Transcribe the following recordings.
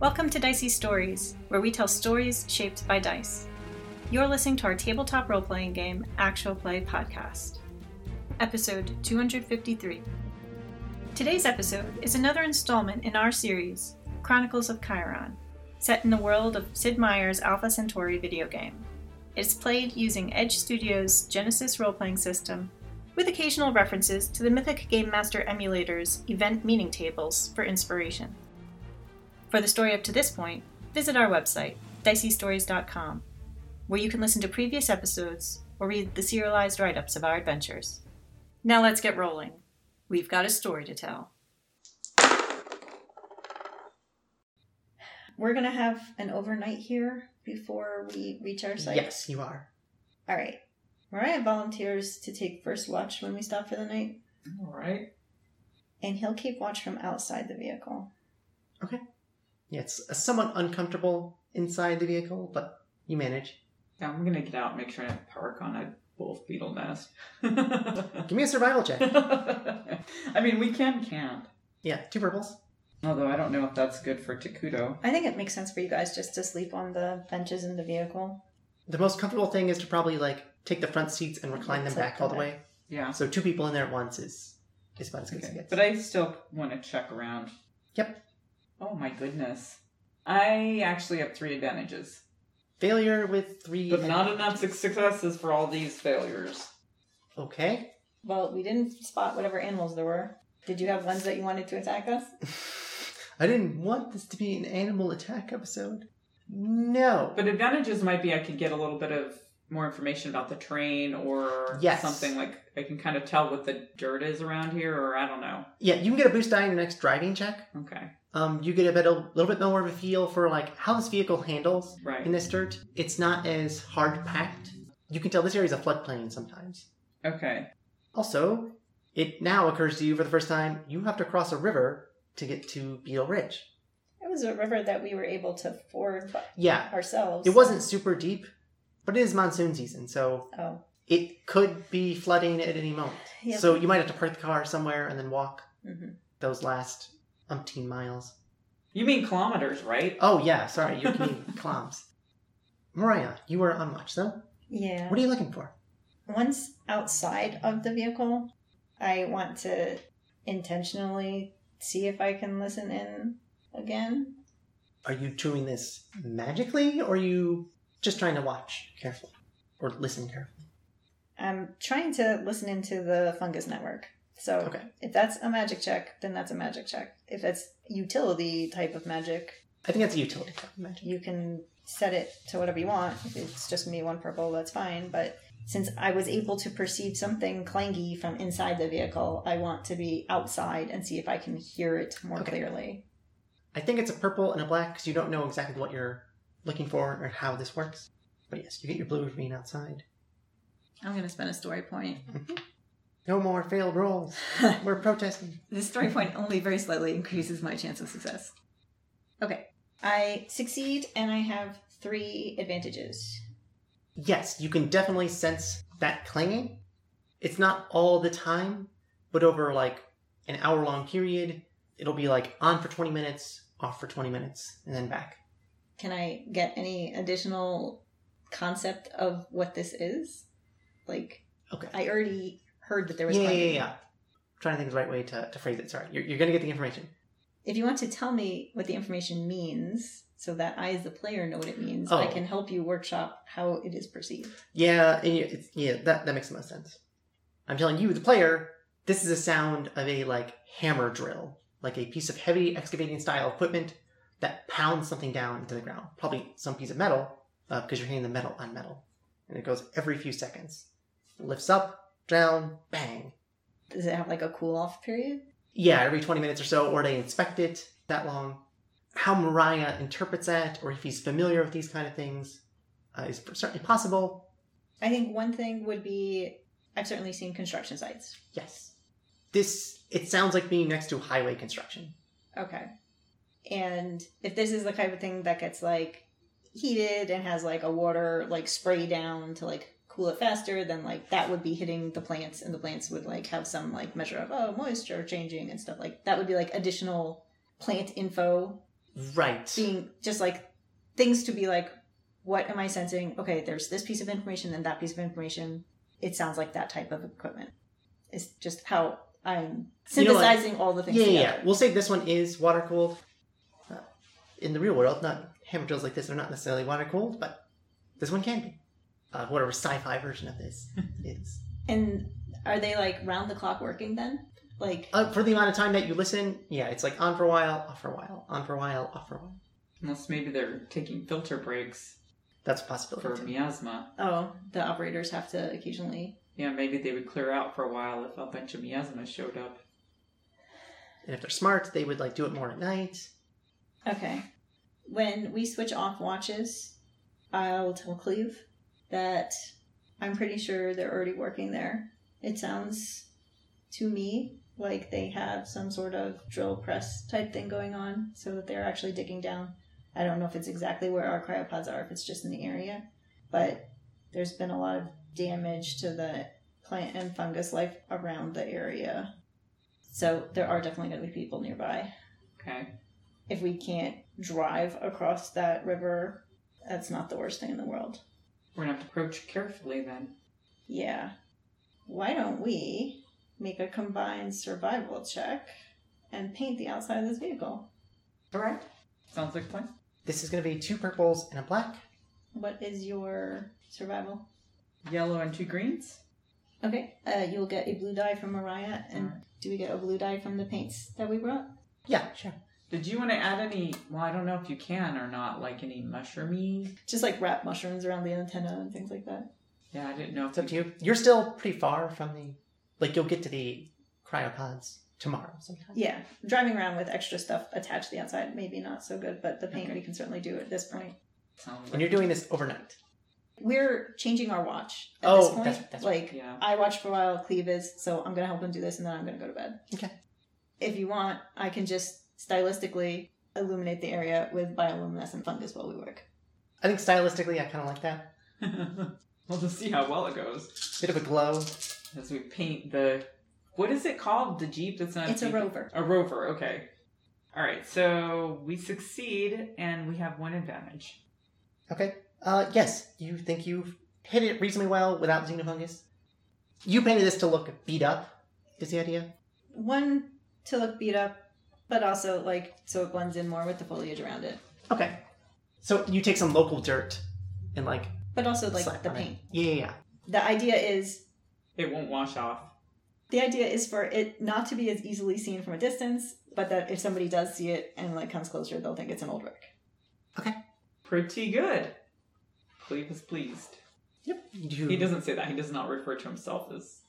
Welcome to Dicey Stories, where we tell stories shaped by dice. You're listening to our tabletop role playing game, Actual Play Podcast, episode 253. Today's episode is another installment in our series, Chronicles of Chiron, set in the world of Sid Meier's Alpha Centauri video game. It's played using Edge Studios' Genesis role playing system, with occasional references to the Mythic Game Master emulator's event meaning tables for inspiration. For the story up to this point, visit our website, diceystories.com, where you can listen to previous episodes or read the serialized write ups of our adventures. Now let's get rolling. We've got a story to tell. We're going to have an overnight here before we reach our site. Yes, you are. All right. Mariah volunteers to take first watch when we stop for the night, All right. and he'll keep watch from outside the vehicle. Yeah, it's somewhat uncomfortable inside the vehicle, but you manage. Yeah, I'm gonna get out and make sure I don't park on a wolf beetle nest. Give me a survival check. I mean, we can camp. yeah, two purples. Although I don't know if that's good for Takuto. I think it makes sense for you guys just to sleep on the benches in the vehicle. The most comfortable thing is to probably like take the front seats and recline them Flip back all the them way. Yeah. So two people in there at once is is about as good as it Okay. gets. But I still want to check around. Yep. Oh my goodness. I actually have three advantages, Failure with three. but not enough su- successes for all these failures. Okay. Well, we didn't spot whatever animals there were. Did you have ones that you wanted to attack us? I didn't want this to be an animal attack episode. No. But advantages might be I could get a little bit of more information about the terrain or Yes. something like I can kind of tell what the dirt is around here, or I don't know. yeah, you can get a boost die in your next driving check. Okay. Um, you get a bit a little bit more of a feel for like how this vehicle handles Right. in this dirt. It's not as hard packed. You can tell this area is a floodplain sometimes. Okay. Also, it now occurs to you for the first time you have to cross a river to get to Beetle Ridge. It was a river that we were able to ford by Yeah, ourselves. it wasn't super deep, but it is monsoon season, so Oh, it could be flooding at any moment. Yeah. So you might have to park the car somewhere and then walk hmm those last umpteen miles. You mean kilometers, right? Oh, yeah, sorry, you're commuting cloms. Mariah, you are on watch, though. yeah. What are you looking for? Once outside of the vehicle, I want to intentionally see if I can listen in again. Are you doing this magically, or are you just trying to watch carefully or listen carefully? I'm trying to listen into the fungus network. So Okay. if that's a magic check, then that's a magic check. If it's utility type of magic, I think that's a utility type of magic. you can set it to whatever you want. If it's just me one purple, that's fine. But since I was able to perceive something clangy from inside the vehicle, I want to be outside and see if I can hear it more Okay. clearly. I think it's a purple and a black because you don't know exactly what you're looking for or how this works. But yes, you get your blue green outside. I'm going to spend a story point. No more failed rolls. We're protesting. This story point only very slightly increases my chance of success. Okay. I succeed and I have three advantages. Yes, you can definitely sense that clanging. It's not all the time, but over like an hour long period, it'll be like on for 20 minutes, off for 20 minutes, and then back. Can I get any additional concept of what this is? Like, Okay. I already heard that there was yeah, yeah, clanging. yeah, yeah. I'm trying to think of the right way to, to phrase it. Sorry, you're, you're going to get the information. If you want to tell me what the information means, so that I, as the player, know what it means, I Oh. can help you workshop how it is perceived. Yeah, and you- it's, yeah, that that makes the most sense. I'm telling you, the player, this is a sound of a like hammer drill, like a piece of heavy excavating style equipment that pounds something down into the ground, probably some piece of metal, uh, because you're hitting the metal on metal, and it goes every few seconds. lifts up, down, bang. Does it have like a cool off period? Yeah, every 20 minutes or so, or they inspect it that long. How Mariah interprets that, or if he's familiar with these kind of things, uh, is certainly possible. I think one thing would be I've certainly seen construction sites. Yes. This it sounds like being next to highway construction. Okay. And if this is the type of thing that gets like heated and has like a water like spray down to like cool it faster, then like that would be hitting the plants and the plants would like have some like measure of oh moisture changing and stuff like that would be like additional plant info Right. being just like things to be like, what am I sensing? Okay, there's this piece of information and that piece of information. It sounds like that type of equipment. It's just how I'm You know what? synthesizing all the things yeah, yeah, together. yeah. We'll say this one is water cooled. Uh, in the real world, not hammer drills like this are not necessarily water cooled, but this one can be. Uh, whatever sci-fi version of this is. And are they like round the clock working then? Like Uh, for the amount of time that you listen, yeah, it's like on for a while, off for a while, on for a while, off for a while. Unless maybe they're taking filter breaks That's a for possibility. too. miasma. oh, the operators have to occasionally Yeah, maybe they would clear out for a while if a bunch of miasma showed up. And if they're smart, they would like do it more at night. Okay. When we switch off watches, I'll tell Cleve that I'm pretty sure they're already working there. It sounds to me like they have some sort of drill press type thing going on so that they're actually digging down. I don't know if it's exactly where our cryopods are, if it's just in the area, but there's been a lot of damage to the plant and fungus life around the area. So there are definitely going to be people nearby Okay. if we can't drive across that river, that's not the worst thing in the world. We're gonna have to approach carefully then. Yeah. Why don't we make a combined survival check and paint the outside of this vehicle? Alright. Sounds like a plan. This is going to be two purples and a black. What is your survival? Yellow and two greens. Okay. Uh, you'll get a blue dye from Mariah, and Alright. do we get a blue dye from the paints that we brought? Yeah, sure. Did you want to add any? Well, I don't know if you can or not. Like any mushroomy? Just like wrap mushrooms around the antenna and things like that. Yeah, I didn't know if It's up to you. You're still pretty far from the, like you'll get to the cryopods tomorrow sometime. Yeah, driving around with extra stuff attached to the outside, maybe not so good, but the paint Okay. we can certainly do at this point. Sounds And you're doing this overnight. we're changing our watch at Oh, this point. that's- that's like Yeah. I watched for a while, Cleve is, so I'm gonna help him do this and then I'm gonna go to bed. Okay. If you want, I can just stylistically illuminate the area with bioluminescent fungus while we work. I think stylistically, I kind of like that. we'll just see how well it goes Bit of a glow. as we paint the. What is it called? The jeep that's not. It's a jeep? rover. A rover. Okay. All right. So we succeed, and we have one advantage. Okay. Uh, yes, you think you've hit it reasonably well without xenofungus. You painted this to look beat up, is the idea? One to look beat up, but also like so it blends in more with the foliage around it. Okay. So you take some local dirt and like But also like slap the on it. paint. Yeah, yeah, yeah. The idea is It won't wash off. the idea is for it not to be as easily seen from a distance, but that if somebody does see it and like comes closer, they'll think it's an old wreck. Pretty good. Cleve is pleased. Yep. You, He doesn't say that. He does not refer to himself as.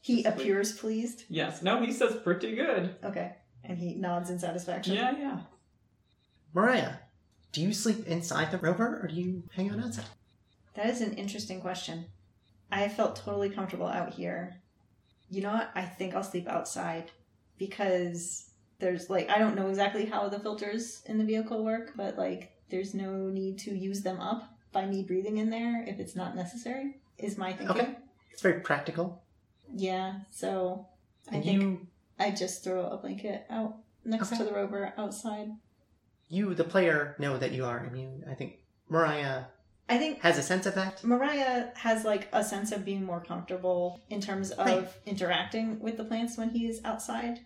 He Sweet. appears pleased. Yes. No. He says pretty good. Okay. And he nods in satisfaction. Yeah. Yeah. Mariah, do you sleep inside the rover or do you hang out outside? That is an interesting question. I felt totally comfortable out here. You know what? I think I'll sleep outside because there's like, I don't know exactly how the filters in the vehicle work, but like, there's no need to use them up by me breathing in there if it's not necessary, is my thinking. Okay. It's very practical. Yeah, so I And think you, I just throw a blanket out next Okay. to the rover outside. you, the player, know that you are immune. I think Mariah I think has a sense of that. Mariah has like a sense of being more comfortable in terms of Right. interacting with the plants when he is outside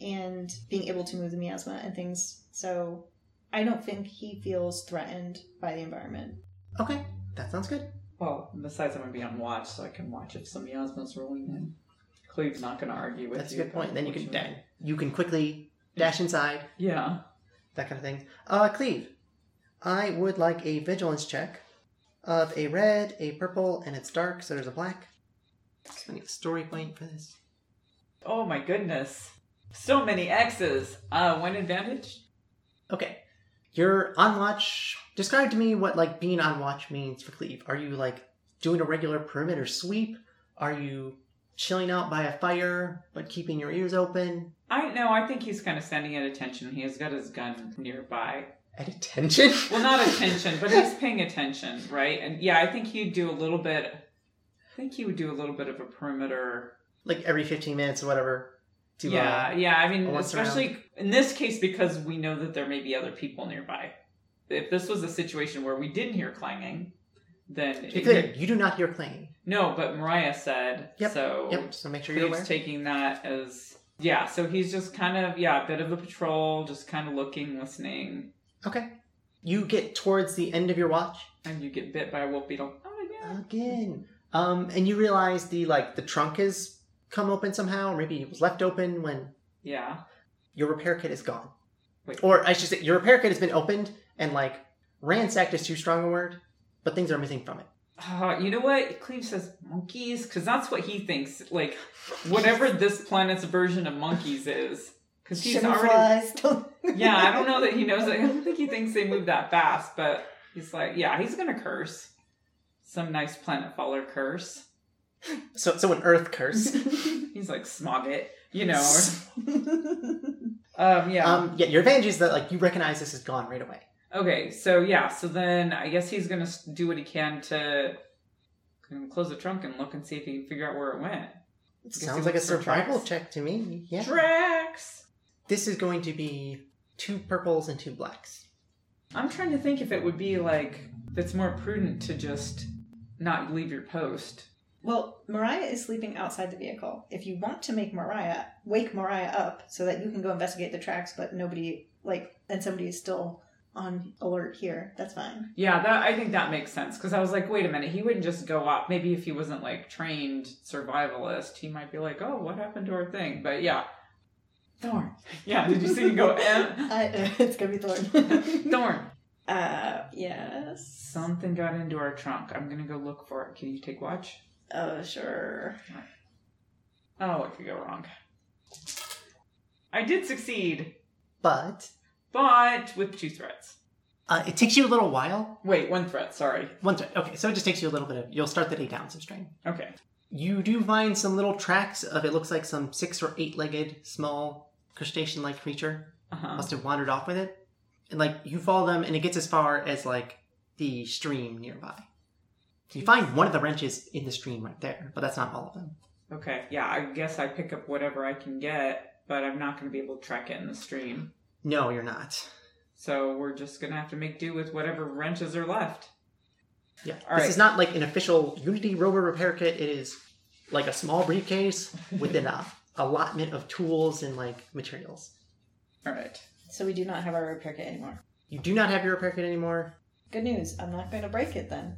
and being able to move the miasma and things. So I don't think he feels threatened by the environment. Okay, that sounds good. Well, besides, I'm gonna be on watch, so I can watch if some miasma's rolling in. Cleve's not gonna argue with That's a you. good point. Then you can unfortunately. dang. You can quickly dash inside, Yeah. that kind of thing. Uh, Cleve, I would like a vigilance check of a red, a purple, and it's dark, so there's a black. So I need a story point for this. Oh my goodness. So many X's. Uh, one advantage. Okay. You're on watch. Describe to me what like being on watch means for Cleve. Are you like doing a regular perimeter sweep? Are you chilling out by a fire but keeping your ears open? I know. I think he's kind of standing at attention. He has got his gun nearby. At attention? Well, not attention, but he's paying attention, right? And yeah, I think he'd do a little bit. I think he would do a little bit of a perimeter. like every 15 minutes or whatever. to uh, yeah, yeah. I mean, a once especially in this case because we know that there may be other people nearby. If this was a situation where we didn't hear clanging, then to be it, clear, you do not hear clanging. no. But Mariah said Yep, so. Yep. So make sure you're aware. Cleve's taking that as yeah. So he's just kind of yeah, a bit of a patrol, just kind of looking, listening, okay. You get towards the end of your watch and you get bit by a wolf beetle. Oh yeah. again, um, and you realize the like the trunk has come open somehow, or maybe it was left open when Yeah. your repair kit is gone. Wait. Or I should say, your repair kit has been opened and like ransacked is too strong a word, but things are missing from it. Uh, you know what? Cleve says monkeys because that's what he thinks. Like whatever this planet's version of monkeys is, because he's already. Yeah, I don't know that he knows. it. I don't think he thinks they move that fast, but he's like, yeah, he's gonna curse some nice planet faller curse. So, so an Earth curse. He's like smog it, you know. or- um, yeah. Um, yeah, your advantage is that like you recognize this is gone right away. Okay, so yeah, so then I guess he's gonna s- do what he can to gonna close the trunk and look and see if he can figure out where it went. It Guess he sounds like a looks for survival tracks. check to me. Yeah. Tracks. This is going to be two purples and two blacks. I'm trying to think if it would be like if it's more prudent to just not leave your post. Well, Mariah is sleeping outside the vehicle. If you want to make Mariah wake Mariah up so that you can go investigate the tracks, but nobody like and somebody is still on alert here, that's fine. Yeah, that I think that makes sense because I was like, wait a minute, he wouldn't just go up. Maybe if he wasn't like trained survivalist, he might be like, oh, what happened to our thing? But yeah, thorn. Yeah, did you see me go? Eh? I, it's gonna be Thorn. Thorn. uh, yes. Something got into our trunk. I'm gonna go look for it. Can you take watch? Oh, sure. Oh, what could go wrong? I did succeed, But but with two threats. uh, it takes you a little while. Wait, one threat. Sorry. One thread. Okay, so it just takes you a little bit of. You'll start the day down some strain. Okay. You do find some little tracks of it looks like some six or eight legged small crustacean like creature Uh huh. must have wandered off with it. And like you follow them and it gets as far as like the stream nearby. You find one of the wrenches in the stream right there, but that's not all of them. Okay. Yeah, I guess I pick up whatever I can get, but I'm not gonna be able to track it in the stream. No, you're not. So we're just gonna have to make do with whatever wrenches are left. Yeah. All this right. is not like an official Unity rover repair kit. It is like a small briefcase with an uh, allotment of tools and like materials. All right. So we do not have our repair kit anymore. You do not have your repair kit anymore, Good news. I'm not going to break it then.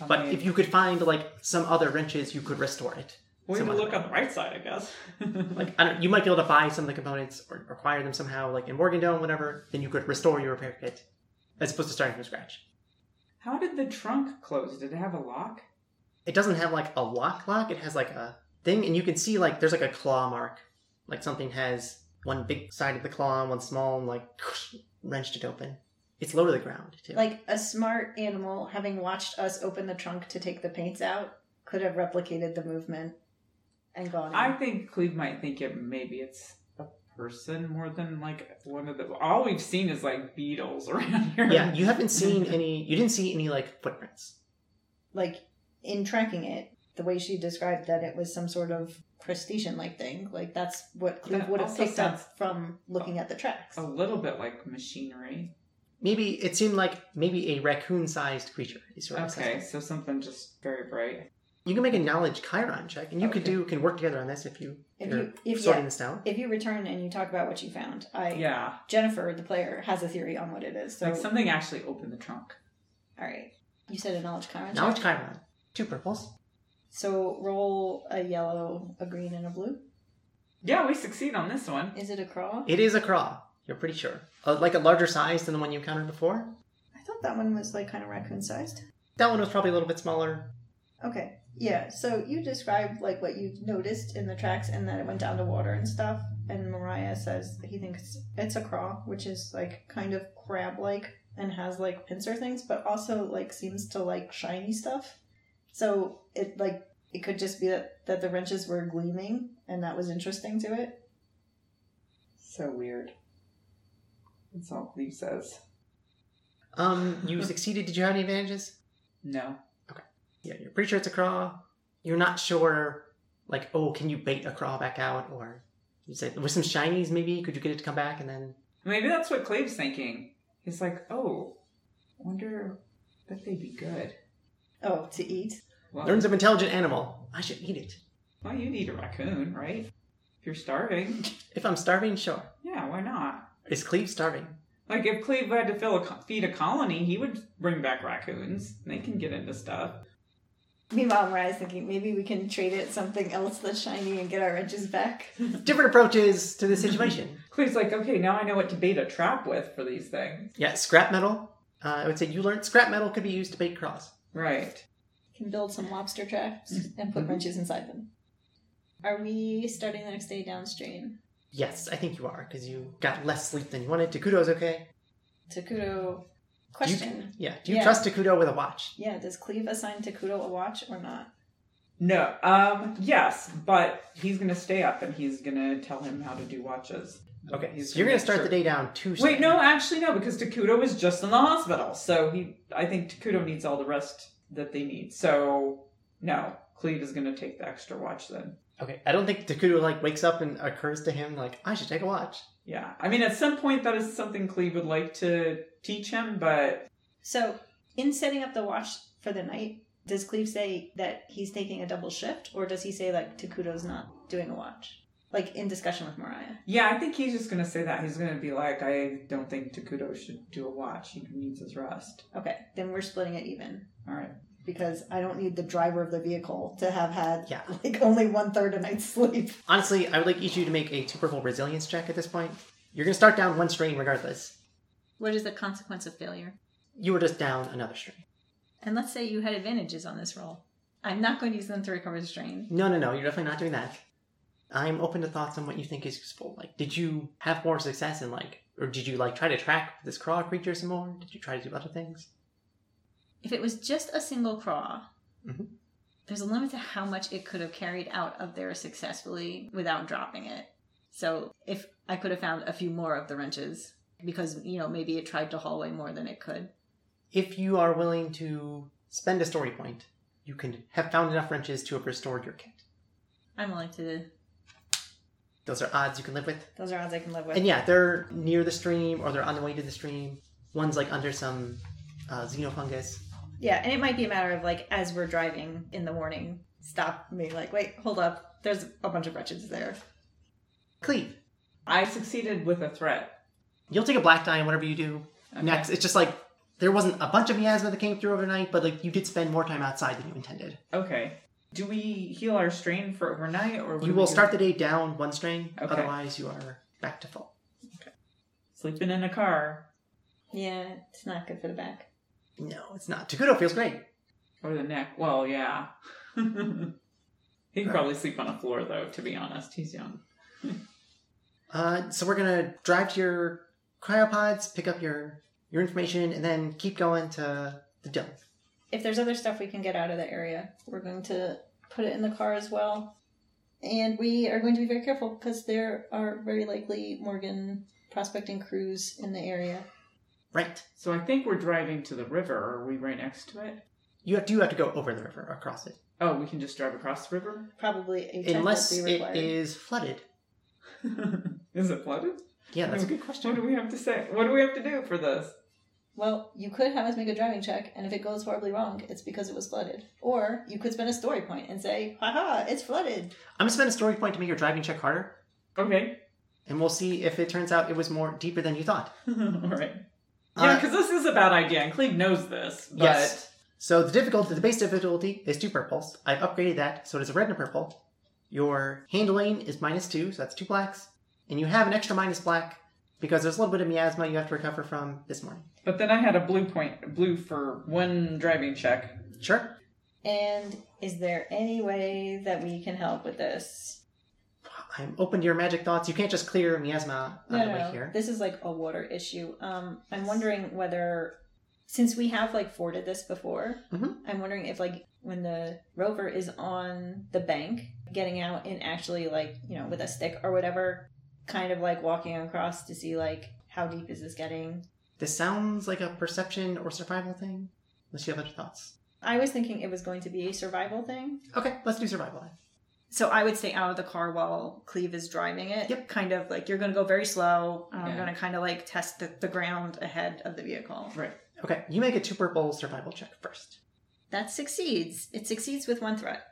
I but mean, if you could find like some other wrenches, you could restore it. we need to someone- look on the right side, I guess. Like I don't, you might be able to buy some of the components or acquire them somehow, like in Morgandome, whatever. Then you could restore your repair kit, as opposed to starting from scratch. How did the trunk close? Did it have a lock? It doesn't have like a lock lock. It has like a thing, and you can see like there's like a claw mark, like something has one big side of the claw and one small, and like wrenched it open. It's low to the ground too. Like a smart animal, having watched us open the trunk to take the paints out, could have replicated the movement and gone. in. I think Cleve might think it maybe it's a person more than like one of the. All we've seen is like beetles around here. yeah, you haven't seen any. You didn't see any like footprints. like in tracking it, the way she described that it was some sort of crustacean like thing, like that's what Cleve That would have also picked sounds- Oh. up from looking at the tracks. A little bit like machinery. Maybe it seemed like maybe a raccoon-sized creature. Is your Okay, assessment. so something just very bright. You can make a knowledge Chiron check, and you could Okay. do can work together on this if you If you're you if sorting yeah, this out. if you return and you talk about what you found, I Yeah, Jennifer, the player, has a theory on what it is. So like something actually opened the trunk. all right. You said a knowledge comment. Knowledge Chiron, two purples. So roll a yellow, a green, and a blue. Yeah, we succeed on this one. Is it a craw? It is a craw. You're pretty sure, uh, like a larger size than the one you encountered before. I thought that one was like kind of raccoon sized. That one was probably a little bit smaller. Okay. Yeah. So you described like what you noticed in the tracks and that it went down to water and stuff. And Mariah says he thinks it's a craw, which is like kind of crab like and has like pincer things, but also like seems to like shiny stuff. So it like it could just be that that the wrenches were gleaming and that was interesting to it. So weird. That's all Cleve says. Um, you succeeded. Did you have any advantages? No. Yeah, you're pretty sure it's a craw. You're not sure, like, oh, can you bait a craw back out, or You said with some shinies, maybe could you get it to come back and then Maybe that's what Clave's thinking. He's like, oh, wonder that they'd be good. Oh, to eat. Well, learns of intelligent animal. I should eat it. well, you'd eat a raccoon, right? If you're starving. If I'm starving, sure. Yeah, why not? Is Cleve starving? Like, if Cleve had to fill a, co- feed a colony, he would bring back raccoons. They can get into stuff. Meanwhile, Mariah's thinking maybe we can trade it something else that's shiny and get our edges back. Different approaches to this situation. Cleve's like, okay, now I know what to bait a trap with for these things. yeah, scrap metal. Uh, I would say you learned scrap metal could be used to bait cross. Right. Can build some lobster traps and put Mhm. wrenches inside them. Are we starting the next day downstream? Yes, I think you are because you got less sleep than you wanted. Takudo's okay. Takudo, Do you- question. yeah. Do you Yeah. trust Takudo with a watch? Yeah, does Cleve assign Takudo a watch or not? No. Um. Yes, but he's gonna stay up and he's gonna tell him how to do watches. Okay. He's so you're gonna make start sure- the day down two. Wait, no, actually, no, because Takuto was just in the hospital, so he. I think Takuto needs all the rest that they need. So no, Cleve is gonna take the extra watch then. Okay. I don't think Takudo like wakes up and occurs to him like I should take a watch. Yeah. I mean, at some point, that is something Cleve would like to teach him, but So, in setting up the watch for the night, does Cleve say that he's taking a double shift or does he say, like, Takudo's not doing a watch? Like, in discussion with Mariah. yeah, I think he's just gonna say that. He's gonna be like, I don't think Takuto should do a watch. He needs his rest. Okay, then we're splitting it even All right. because I don't need the driver of the vehicle to have had, Yeah. like, only one third a night's sleep. Honestly, I would like each of you to make a two purple resilience check at this point. You're gonna start down one strain regardless. What is the consequence of failure? You were just down another strain. And let's say you had advantages on this roll. I'm not going to use them to recover the strain. No, no, no. You're definitely not doing that. I'm open to thoughts on what you think is useful. Like, did you have more success in like, or did you like try to track this craw creature some more? Did you try to do other things? If it was just a single craw, Mm-hmm. Mhm. there's a limit to how much it could have carried out of there successfully without dropping it. So if I could have found a few more of the wrenches, because you know maybe it tried to haul away more than it could. If you are willing to spend a story point, you can have found enough wrenches to have restored your kit. I'm willing to. Those are odds you can live with. Those are odds I can live with. And yeah, they're near the stream or they're on the way to the stream. One's like under some uh, xenofungus. Yeah, and it might be a matter of like as we're driving in the morning, stop me like, wait, hold up, there's a bunch of wretches there. Cleve, I succeeded with a threat. you'll take a black die on whatever you do Okay. next. It's just like there wasn't a bunch of miasma that came through overnight, but like you did spend more time outside than you intended. Okay. Do we heal our strain for overnight, or You will start the day down one strain. Okay. Otherwise, you are back to full. sleeping in a car Yeah, it's not good for the back. No, it's not. Takudo feels great. or the neck? Well, yeah. he can Right. probably sleep on a floor though. To be honest, he's young. Uh, so we're gonna drive to your cryopods, pick up your your information, and then keep going to the dome. If there's other stuff we can get out of the area, we're going to put it in the car as well. And we are going to be very careful because there are very likely Morgan prospecting crews in the area. Right. So I think we're driving to the river. Are we right next to it? You have, do have to go over the river, across it, Oh, we can just drive across the river. Probably a check unless will be it required. is flooded. Is it flooded? Yeah, that's a good question. What do we have to say? What do we have to do for this? Well, you could have us make a driving check, and if it goes horribly wrong, it's because it was flooded. Or you could spend a story point and say, haha, it's flooded. I'm gonna spend a story point to make your driving check harder, Okay. and we'll see if it turns out it was more deeper than you thought. All right. Yeah, Uh, because this is a bad idea, and Cleve knows this. But Yes. so the difficulty, the base difficulty is two purples. I've upgraded that, so it is a red and a purple. Your handling is minus two, so that's two blacks, and you have an extra minus black because there's a little bit of miasma you have to recover from this morning. But then I had a blue point, blue for one driving check. Sure. And is there any way that we can help with this? I'm open to your magic thoughts. You can't just clear miasma out of the way here. This is like a water issue. Um, I'm wondering whether, since we have like forded this before, Mhm. I'm wondering if like when the rover is on the bank, getting out and actually like you know with a stick or whatever, kind of like walking across to see like how deep is this getting. This sounds like a perception or survival thing, unless you have other thoughts. I was thinking it was going to be a survival thing. Okay, let's do survival. So I would stay out of the car while Cleve is driving it. Yep. Kind of like you're going to go very slow. and I'm Yeah. going to kind of like test the, the ground ahead of the vehicle. Right. Okay, you make a two purple survival check first. That succeeds. It succeeds with one threat.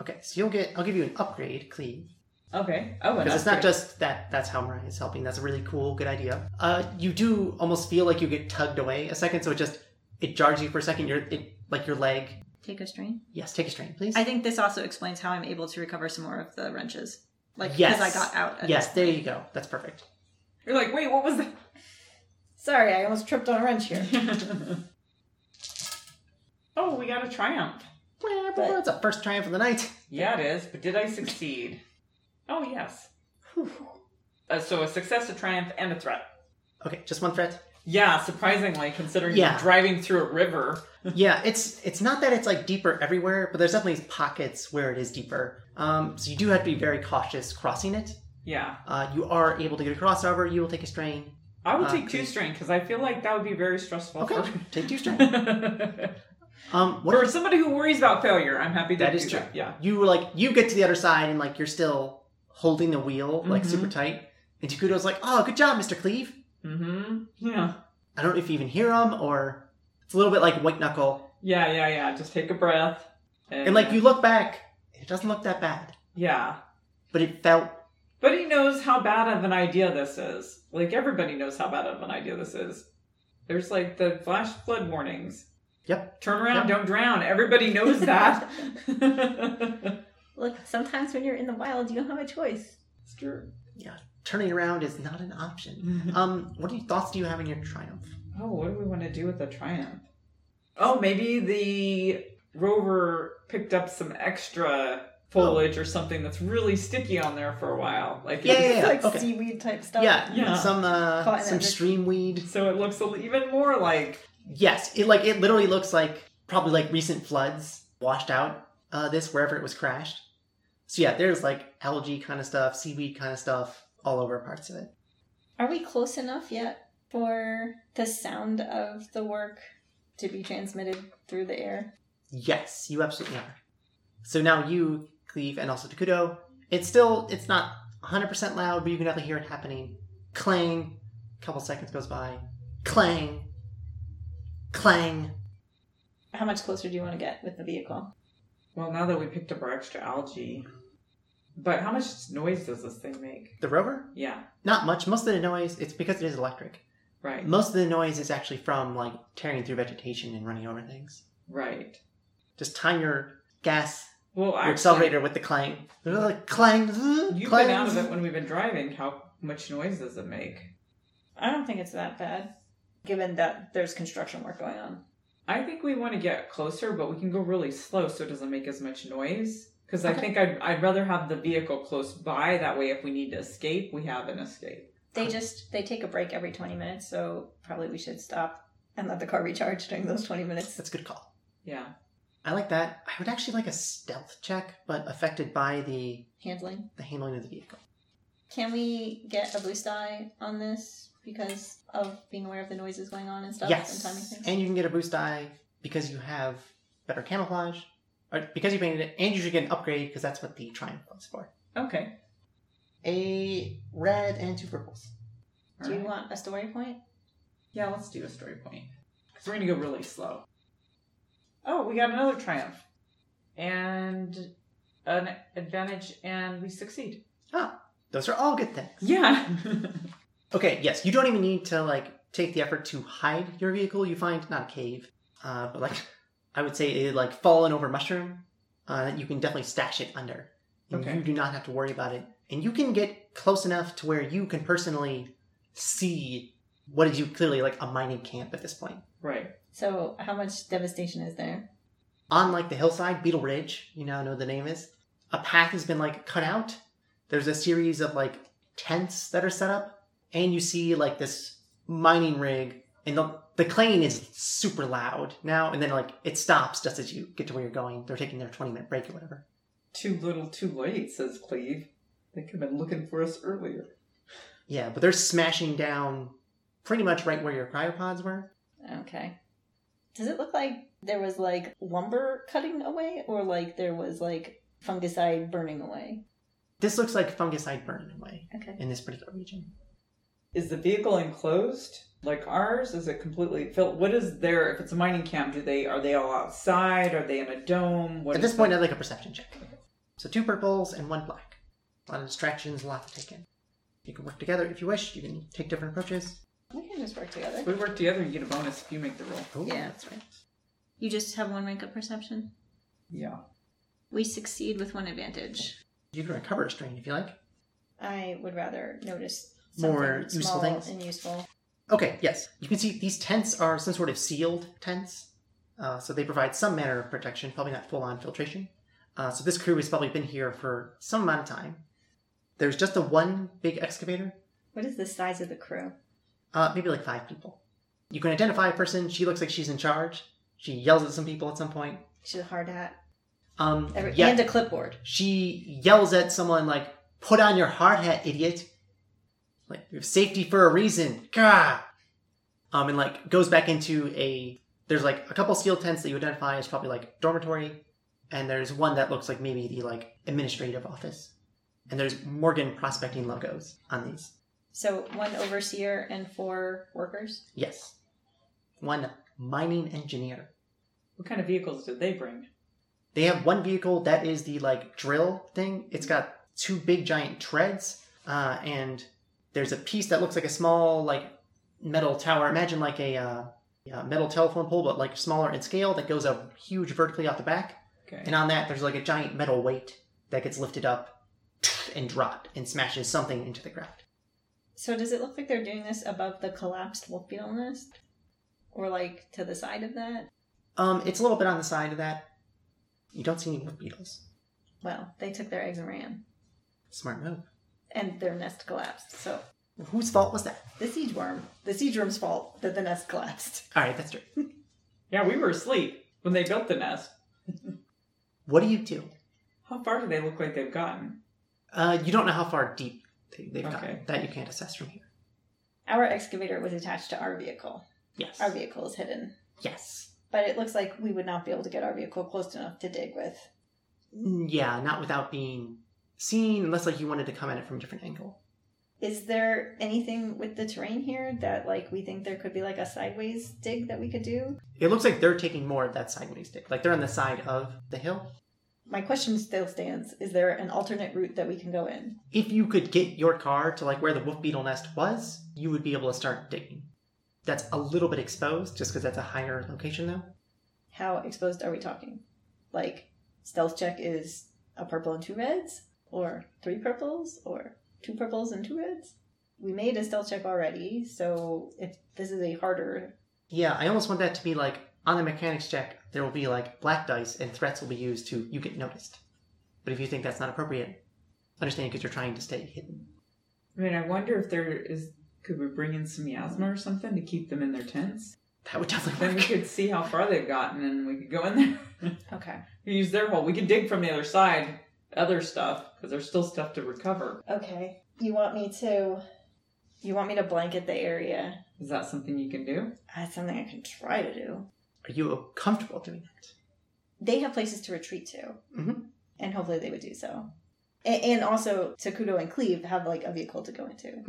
Okay, so you'll get. I'll give you an upgrade, Cleve. Okay. Oh, and Because it's not upgrade. just that that's how Mariah is helping. That's a really cool, good idea. Uh, you do almost feel like you get tugged away a second, so it just it jars you for a second. Your it like your leg. Take a strain. Yes, take a strain, please. I think this also explains how I'm able to recover some more of the wrenches. Like, because Yes. I got out. at yes, this there point. you go. That's perfect. You're like, wait, what was that? Sorry, I almost tripped on a wrench here. oh, we got a triumph. Well, but But- it's a first triumph of the night. Yeah, it is. But did I succeed? Oh, yes. Uh, so a success, a triumph, and a threat. Okay, just one threat. Yeah, surprisingly, considering Yeah. you're driving through a river. yeah, it's it's not that it's like deeper everywhere, but there's definitely pockets where it is deeper. Um, so you do have to be very cautious crossing it. Yeah, Uh, you are able to get across, however, you will take a strain. I would Uh, take two cool. string because I feel like that would be very stressful. Okay, For... take two strain. Um, what For somebody who worries about failure, I'm happy to That do is true. That. Yeah. you like you get to the other side and like you're still holding the wheel like Mhm. super tight and Takudo's like oh good job mr cleave Mm-hmm. Yeah. i don't know if you even hear him or it's a little bit like white knuckle Yeah, yeah, yeah. Just take a breath. and like you look back it doesn't look that bad Yeah. but it felt But he knows how bad of an idea this is. Like everybody knows how bad of an idea this is. There's like the flash flood warnings. Yep. Turn around, Yep. don't drown. Everybody knows that. it's Look, sometimes when you're in the wild, you don't have a choice. true. turning around is not an option um what are your thoughts do you have in your triumph Oh, what do we want to do with the triumph? Oh, maybe the rover picked up some extra foliage or something that's really sticky on there for a while. Like Yeah, yeah, It's yeah. like okay. seaweed type stuff. yeah, Yeah. some uh Caught in some that- stream weed So it looks a li- even more like yes it like it literally looks like probably like recent floods washed out uh this wherever it was crashed so yeah there's like algae kind of stuff seaweed kind of stuff all over parts of it Are we close enough yet for the sound of the work to be transmitted through the air? Yes, you absolutely are. So now you, Cleve, and also Takudo. It's still, it's not 100% loud, but you can definitely hear it happening. Clang. couple seconds goes by. Clang. Clang. How much closer do you want to get with the vehicle? Well, now that we picked up our extra algae. But how much noise does this thing make? The rover? Yeah, Not much. Most of the noise, it's because it is electric. right, Most of the noise is actually from like tearing through vegetation and running over things. right. Just time your gas, Well, your actually, accelerator with the clang. Clang. You've clang. been out of it when we've been driving. How much noise does it make? I don't think it's that bad, given that there's construction work going on. I think we want to get closer, but we can go really slow so it doesn't make as much noise. Because I Okay. think I'd, I'd rather have the vehicle close by. That way, if we need to escape, we have an escape. They just they take a break every 20 minutes, so probably we should stop and let the car recharge during those 20 minutes. That's a good call. Yeah. I like that. I would actually like a stealth check, but affected by the Handling. the handling of the vehicle. Can we get a blue sky on this because of being aware of the noises going on and stuff and timing yes, things? and you can get a boost die because you have better camouflage, or because you painted it, and you should get an upgrade because that's what the triumph was for. Okay. A red and two purples. do you Alright. want a story point? Yeah, let's do a story point. Because we're going to go really slow. Oh, we got another triumph. And an advantage, and we succeed. Those are all good things. Yeah. Okay, yes, you don't even need to like take the effort to hide your vehicle. You find not a cave, uh, but like I would say a like fallen over mushroom uh, that you can definitely stash it under, and Okay. you do not have to worry about it. And you can get close enough to where you can personally see what is you clearly like a mining camp at this point. right. So, how much devastation is there? on like the hillside, Beetle Ridge, you now know what the name is, a path has been like cut out. There's a series of like tents that are set up, and you see like this mining rig, and the the clang is super loud now, and then like it stops just as you get to where you're going. They're taking their 20 minute break or whatever. Too little, too late, says Cleve. They could have been looking for us earlier. Yeah, but they're smashing down pretty much right where your cryopods were. Okay. Does it look like there was like lumber cutting away or like there was like fungicide burning away. This looks like fungicide burning away Okay. in this particular region. Is the vehicle enclosed like ours? Is it completely filled? What is there? If it's a mining camp, do they are they all outside? Are they in a dome? What At is this point, I'd like a perception check. So two purples and one black. A lot of distractions, a lot to take in. You can work together if you wish. You can take different approaches. We can just work that? together. we work together and get a bonus if you make the roll. Oh, Yeah. that's right. You just have one rank of perception. Yeah. We succeed with one advantage. You can recover a strain if you like. I would rather notice More something useful small things? and useful. Okay, yes. You can see these tents are some sort of sealed tents, uh, so they provide some manner of protection, probably not full on filtration. Uh, so this crew has probably been here for some amount of time. There's just the one big excavator, What is the size of the crew? uh, maybe like five people. You can identify a person. She looks like she's in charge. She yells at some people at some point. She's a hard hat. Um, Every, yeah, And a clipboard. she yells at someone like, "Put on your hard hat, idiot!" Like we have safety for a reason. Gah! Um, and like goes back into a. There's like a couple steel tents that you identify as probably like dormitory, and there's one that looks like maybe the like administrative office, and there's Morgan prospecting logos on these. So one overseer and four workers. Yes, one mining engineer. What kind of vehicles did they bring? They have one vehicle that is the like drill thing. It's got two big giant treads, uh, and there's a piece that looks like a small like metal tower. Imagine like a uh, yeah, metal telephone pole, but like smaller in scale that goes up huge vertically off the back. Okay. And on that, there's like a giant metal weight that gets lifted up and dropped and smashes something into the ground. So does it look like they're doing this above the collapsed Wolfbeetle nest? Or like to the side of that? Um, it's a little bit on the side of that. You don't see any wood beetles. Well, they took their eggs and ran. Smart move. And their nest collapsed. So Whose fault was that? the siege worm. The siege worm's fault that the nest collapsed. All right, that's true. yeah, we were asleep when they built the nest. What do you do? How far do they look like they've gotten? Uh, you don't know how far deep they, they've gotten. Okay. That you can't assess from here. Our excavator was attached to our vehicle. Yes. Our vehicle is hidden. Yes. But it looks like we would not be able to get our vehicle close enough to dig with. Mm, Yeah, not without being seen, unless like you wanted to come at it from a different angle. Is there anything with the terrain here that like we think there could be like a sideways dig that we could do? It looks like they're taking more of that sideways stick. Like they're on the side of the hill. My question still stands. Is there an alternate route that we can go in? If you could get your car to like where the wolf beetle nest was, you would be able to start digging. That's a little bit exposed, just because that's a higher location though. How exposed are we talking? Like stealth check is a purple and two reds or three purples or two purples and two reds? We made a stealth check already, so if this is a harder Yeah, I almost want that to be like on the mechanics check, there will be like black dice and threats will be used to you get noticed. But if you think that's not appropriate, understand because you're trying to stay hidden. I mean, I wonder if there is. Could we bring in some miasma or something to keep them in their tents? That would definitely Then we work. could see how far they've gotten, and we could go in there. Okay. We use their hole. We could dig from the other side, other stuff, because there's still stuff to recover. Okay. You want me to you want me to blanket the area Is that something you can do? That's something I can try to do. Are you comfortable doing that? They have places to retreat to, Mhm. and hopefully they would do so. And, and also, Takudo and Cleve have like a vehicle to go into.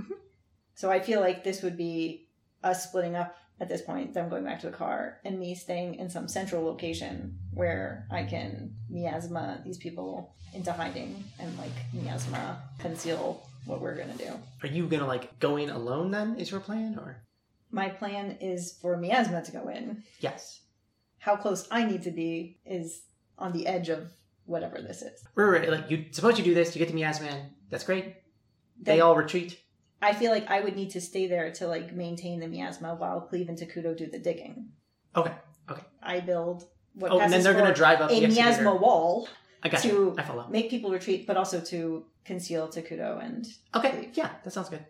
So I feel like this would be us splitting up at this point, them going back to the car, and me staying in some central location where I can miasma these people into hiding and like miasma conceal what we're gonna do. Are you gonna like go in alone then? Is your plan or My plan is for miasma to go in. yes? how close I need to be is on the edge of whatever this is. Right, right, Like you suppose you do this, you get the miasman. That's great. They Then all retreat. I feel like I would need to stay there to like maintain the miasma while Cleve and Takudo do the digging. Okay, okay. I build what Oh, passes and then they're for gonna drive up the a excavator. miasma wall, I got to- you. I follow. make people retreat, but also to conceal Takudo and. Okay, yeah, that sounds good.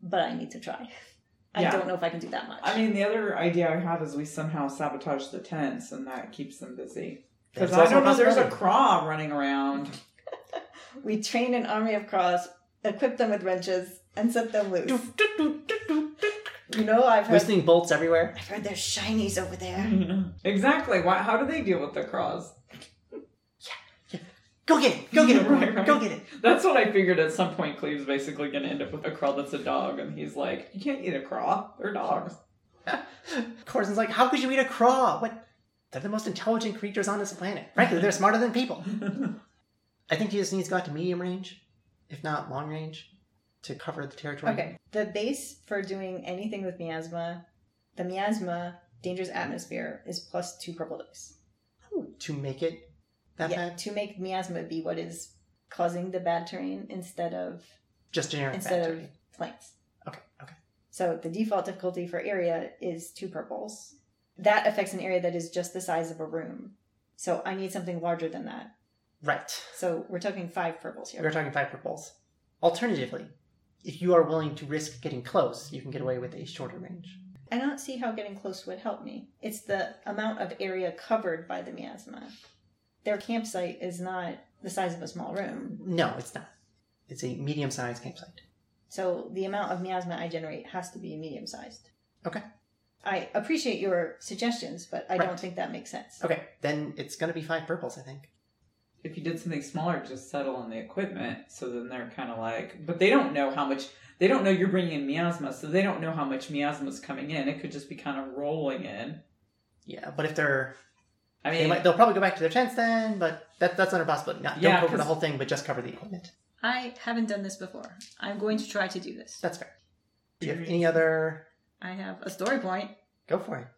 But I need to try. I Yeah. don't know if I can do that much. I mean, the other idea I have is we somehow sabotage the tents, and that keeps them busy. Because There's I also don't know, there's a possibility. craw running around. we train an army of crows, equip them with wrenches, and set them loose. Doof, doof, doof, doof, doof, doof. You know, I've heard, Whistling bolts everywhere. I've heard there's shinies over there. exactly. Why, how do they deal with the craws? Go get it. Go get it. Right, right. Go get it. That's what I figured at some point Cleve's basically going to end up with a craw that's a dog, and he's like, you can't eat a craw. They're dogs. Corson's like, how could you eat a craw? What? They're the most intelligent creatures on this planet. Frankly, they're smarter than people. I think he just needs to go out to medium range, if not long range, to cover the territory. Okay. The base for doing anything with miasma, the miasma dangerous atmosphere is plus two purple dice. To make it that yeah, bad? to make miasma be what is causing the bad terrain instead of Just generic instead bad of terrain. planes. Okay, okay. So the default difficulty for area is two purples. That affects an area that is just the size of a room. So I need something larger than that. Right. So we're talking five purples here. We're talking five purples. Alternatively, if you are willing to risk getting close, you can get away with a shorter range. I don't see how getting close would help me. It's the amount of area covered by the miasma. Their campsite is not the size of a small room. No, it's not. It's a medium sized campsite. So the amount of miasma I generate has to be medium sized. Okay. I appreciate your suggestions, but I Right. don't think that makes sense. Okay, then it's going to be five purples, I think. If you did something smaller, just settle on the equipment. So then they're kind of like, but they don't know how much, they don't know you're bringing in miasma, so they don't know how much miasma's coming in. It could just be kind of rolling in. Yeah, but if they're I they mean, might, they'll probably go back to their tents then, but that, that's not a possibility. Not, Yeah, don't cover the 'cause- whole thing, but just cover the equipment. I haven't done this before. I'm going to try to do this. That's fair. Do you have any other? I have a story point. Go for it.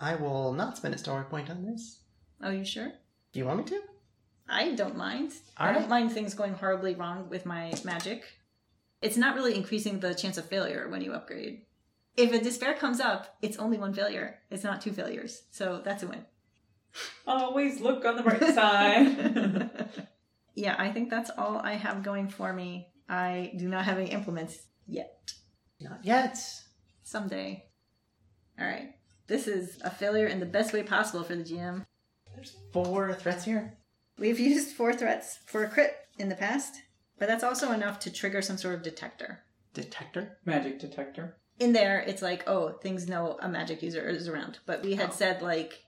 I will not spend a story point on this. Are you sure? Do you want me to? I don't mind. All I don't right. mind things going horribly wrong with my magic. It's not really increasing the chance of failure when you upgrade. If a despair comes up, it's only one failure. It's not two failures. So that's a win. always look on the bright side. Yeah, I think that's all I have going for me. I do not have any implements yet. Not yet. Someday. All right. This is a failure in the best way possible for the GM. There's four threats here. We've used four threats for a crit in the past, but that's also enough to trigger some sort of detector. Detector. Magic detector. in there it's like oh things know a magic user is around but we had Oh. said like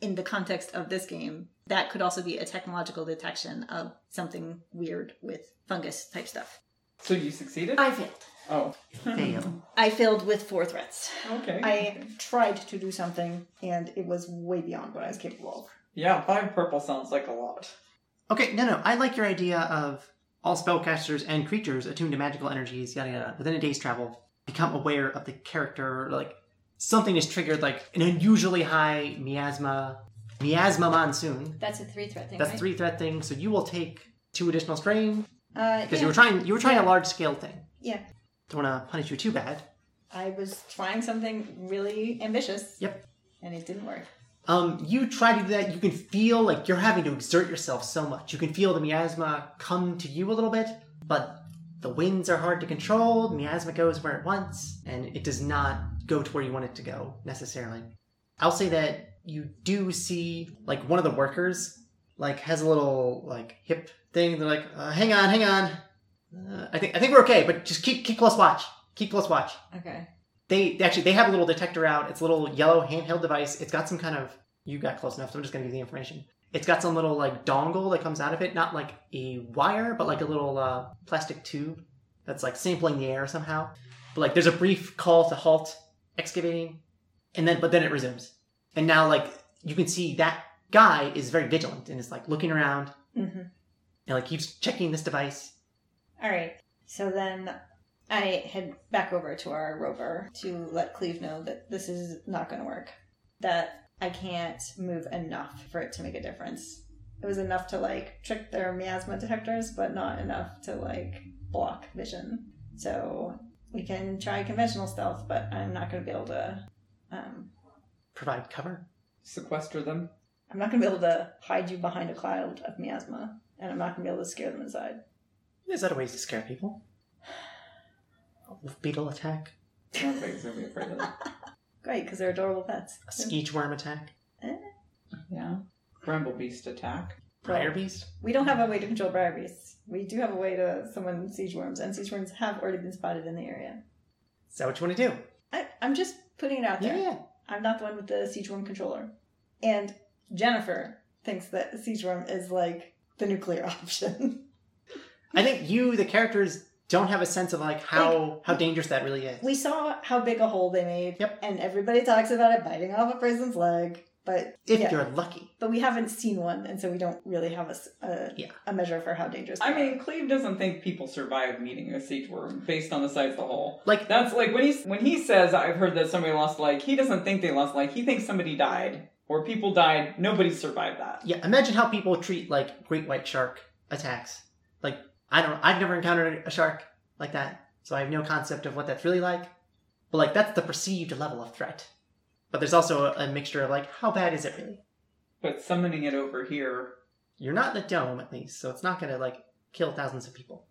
in the context of this game that could also be a technological detection of something weird with fungus type stuff So you succeeded? i failed oh. Fail. i failed with four threats Okay. I tried to do something, and it was way beyond what I was capable of. Yeah, five purple sounds like a lot. Okay, no, no. I like your idea of all spellcasters and creatures attuned to magical energies, yada yada, within a day's travel, become aware of the character, like something is triggered, like an unusually high miasma, miasma monsoon. That's a three threat thing. That's three threat thing. So you will take two additional strain Uh, because yeah. you were trying, you were trying a large scale thing. yeah. Don't want to punish you too bad. I was trying something really ambitious. Yep. And it didn't work. Um, you try to do that, you can feel like you're having to exert yourself so much. You can feel the miasma come to you a little bit, but the winds are hard to control. Miasma goes where it wants, and it does not go to where you want it to go necessarily. I'll say that you do see like one of the workers like has a little like hip thing. They're like, uh, "Hang on, hang on. Uh, I think I think we're okay, but just keep keep close watch. Keep close watch." Okay. they they actually they have a little detector out. It's a little yellow handheld device. It's got some kind of you got close enough, so I'm just gonna give you the information. It's got some little like dongle that comes out of it, not like a wire, but like a little uh, plastic tube that's like sampling the air somehow. But like there's a brief call to halt excavating, and then but then it resumes. And now like you can see that guy is very vigilant and is like looking around Mm-hmm. and like keeps checking this device. All right. So then I head back over to our rover to let Cleve know that this is not going to work. That I can't move enough for it to make a difference. It was enough to like trick their miasma detectors, but not enough to like block vision. So we can try conventional stealth, but I'm not going to be able to. Um, Provide cover. Sequester them. I'm not going to be able to hide you behind a cloud of miasma, and I'm not going to be able to scare them inside. There's other ways to scare people. A wolf beetle attack. Nobody's gonna be afraid of that. Great, because they're adorable pets. a skeech worm attack, Yeah. Bramble beast attack. briar beast. We don't have a way to control briar beasts. We do have a way to summon siege worms, and siege worms have already been spotted in the area. Is that what you want to do? I, I'm just putting it out there. Yeah. I'm not the one with the siege worm controller. And Jennifer thinks that siege worm is like the nuclear option. I think you, the characters, don't have a sense of like how how dangerous that really is. we saw how big a hole they made. Yep. And everybody talks about it biting off a person's leg, but if yeah. you're lucky, but we haven't seen one, and so we don't really have a s- a, Yeah. a measure for how dangerous. I they mean, Cleve doesn't think people survive meeting a siege worm based on the size of the hole. like That's like when he when he says, "I've heard that somebody lost a leg." He doesn't think they lost a leg. He thinks somebody died or people died. Nobody survived that. yeah, imagine how people treat like great white shark attacks. Like I don't, I've never encountered a shark like that, so I have no concept of what that's really like. But like that's the perceived level of threat. But there's also a, a mixture of like how bad is it really? But summoning it over here You're not in the dome at least, so it's not gonna like kill thousands of people.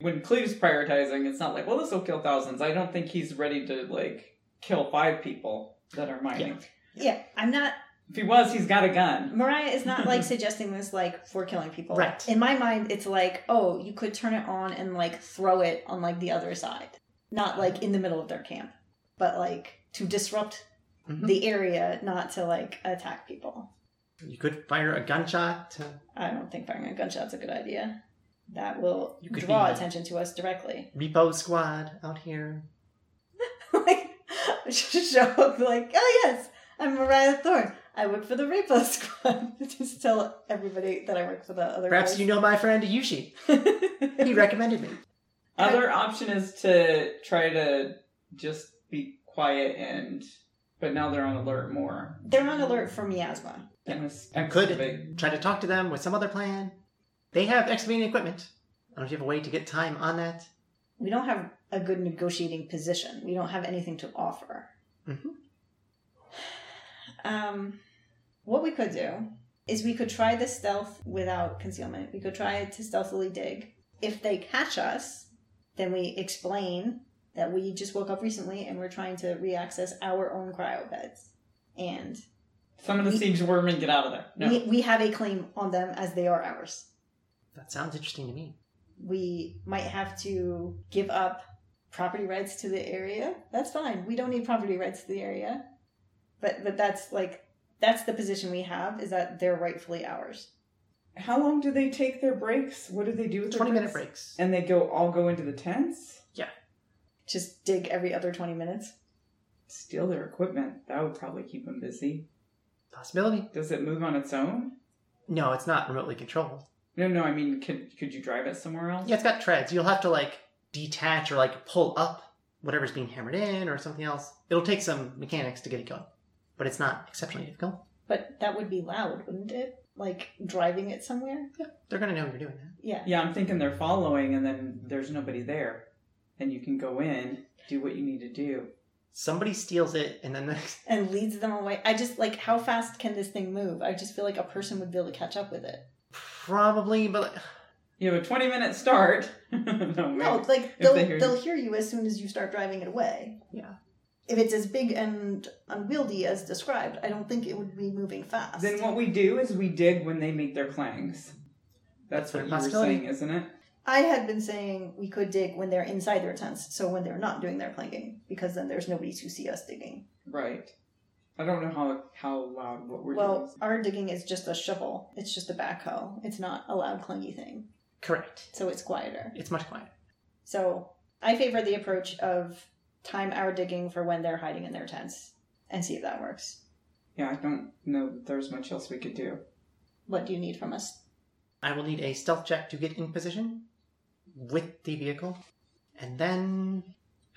when Cleve's prioritizing, it's not like, "Well, this will kill thousands. I don't think he's ready to like kill five people that are mining. are. yeah, I'm not. If he was, he's got a gun. Mariah is not like suggesting this like for killing people. Right. In my mind, it's like, oh, you could turn it on and like throw it on like the other side, not like in the middle of their camp, but like to disrupt Mhm. the area, not to like attack people. You could fire a gunshot. To, I don't think firing a gunshot's a good idea. That will You could draw be- attention to us directly. repo squad out here. like, just show up like, oh yes, I'm Mariah Thorne. I work for the Repo Squad. just tell everybody that I work for the other. Perhaps guys. you know my friend Yushi. He recommended me. Other option is to try to just be quiet and. But now they're on alert more. They're on alert for miasma. And this You could excavate. try to talk to them with some other plan. They have excavating equipment. I don't know if you have a way to get time on that. We don't have a good negotiating position. We don't have anything to offer. Mhm. Um, what we could do is we could try the stealth without concealment. We could try to stealthily dig. If they catch us, then we explain that we just woke up recently and we're trying to re-access our own cryo beds. And Summon the We- siege worm and get out of there. No. we, we have a claim on them as they are ours. That sounds interesting to me. we might have to give up property rights to the area. That's fine. We don't need property rights to the area. But but that's like that's the position we have is that they're rightfully ours. How long do they take their breaks? What do they do with their 20 minute breaks? breaks. And they go all go into the tents? Just dig every other 20 minutes. Steal their equipment. That would probably keep them busy. Possibility? Does it move on its own? No, it's not remotely controlled. No, no, I mean, could, could you drive it somewhere else? Yeah, it's got treads. You'll have to like detach or like pull up whatever's being hammered in or something else. It'll take some mechanics to get it going, but it's not exceptionally difficult. But that would be loud, wouldn't it? Like driving it somewhere? They're going to know you're doing that. Yeah. Yeah, I'm thinking they're following and then there's nobody there. And you can go in, do what you need to do. Somebody steals it and then the And leads them away. I just like how fast can this thing move? I just feel like a person would be able to catch up with it. probably, but You have a 20 minute start. no, No, maybe. like they'll they they hear you. will hear you as soon as you start driving it away. Yeah. If it's as big and unwieldy as described, I don't think it would be moving fast. Then what we do is we dig when they make their clangs. That's That's a what you were possibility. saying, isn't it? I had been saying we could dig when they're inside their tents, so when they're not doing their clanking, because then there's nobody to see us digging. Right. I don't know how how loud what we're doing. Well, is. our digging is just a shovel. It's just a backhoe. It's not a loud clangy thing, correct. so it's quieter. It's much quieter. So I favor the approach of time our digging for when they're hiding in their tents and see if that works. Yeah, I don't know that there's much else we could do. What do you need from us? I will need a stealth check to get in position with the vehicle, and then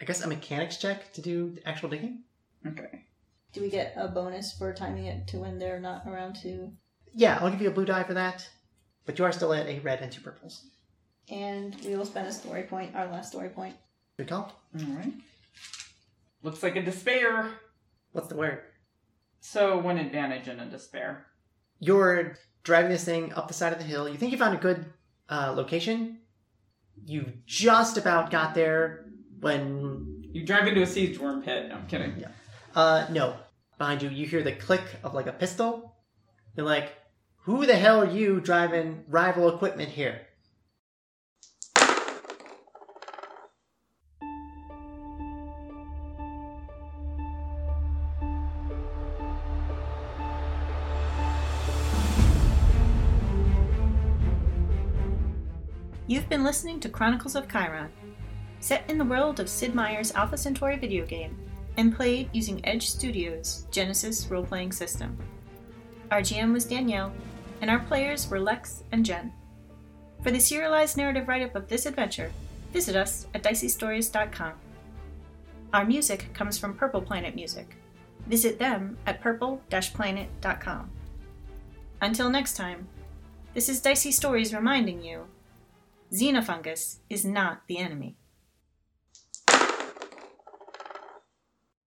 I guess a mechanics check to do the actual digging. Okay. Do we get a bonus for timing it to when they're not around to? Yeah, I'll give you a blue die for that, but you are still at a red and two purples. And we will spend a story point, our last story point. Good call. All right. Looks like a despair. What's the word? So one advantage and a despair. You're driving this thing up the side of the hill. You think you found a good uh, location. You just about got there when You drive into a siege worm pit. No, I'm kidding. Uh, no. Behind you, you hear the click of like a pistol. You're like, who the hell are you driving rival equipment here? You've been listening to Chronicles of Chiron, set in the world of Sid Meier's Alpha Centauri video game and played using Edge Studios' Genesis role playing system. Our GM was Danielle, and our players were Lex and Jen. For the serialized narrative write up of this adventure, visit us at diceystories.com. Our music comes from Purple Planet Music. Visit them at purple planet.com. Until next time, this is Dicey Stories reminding you Xenofungus is not the enemy.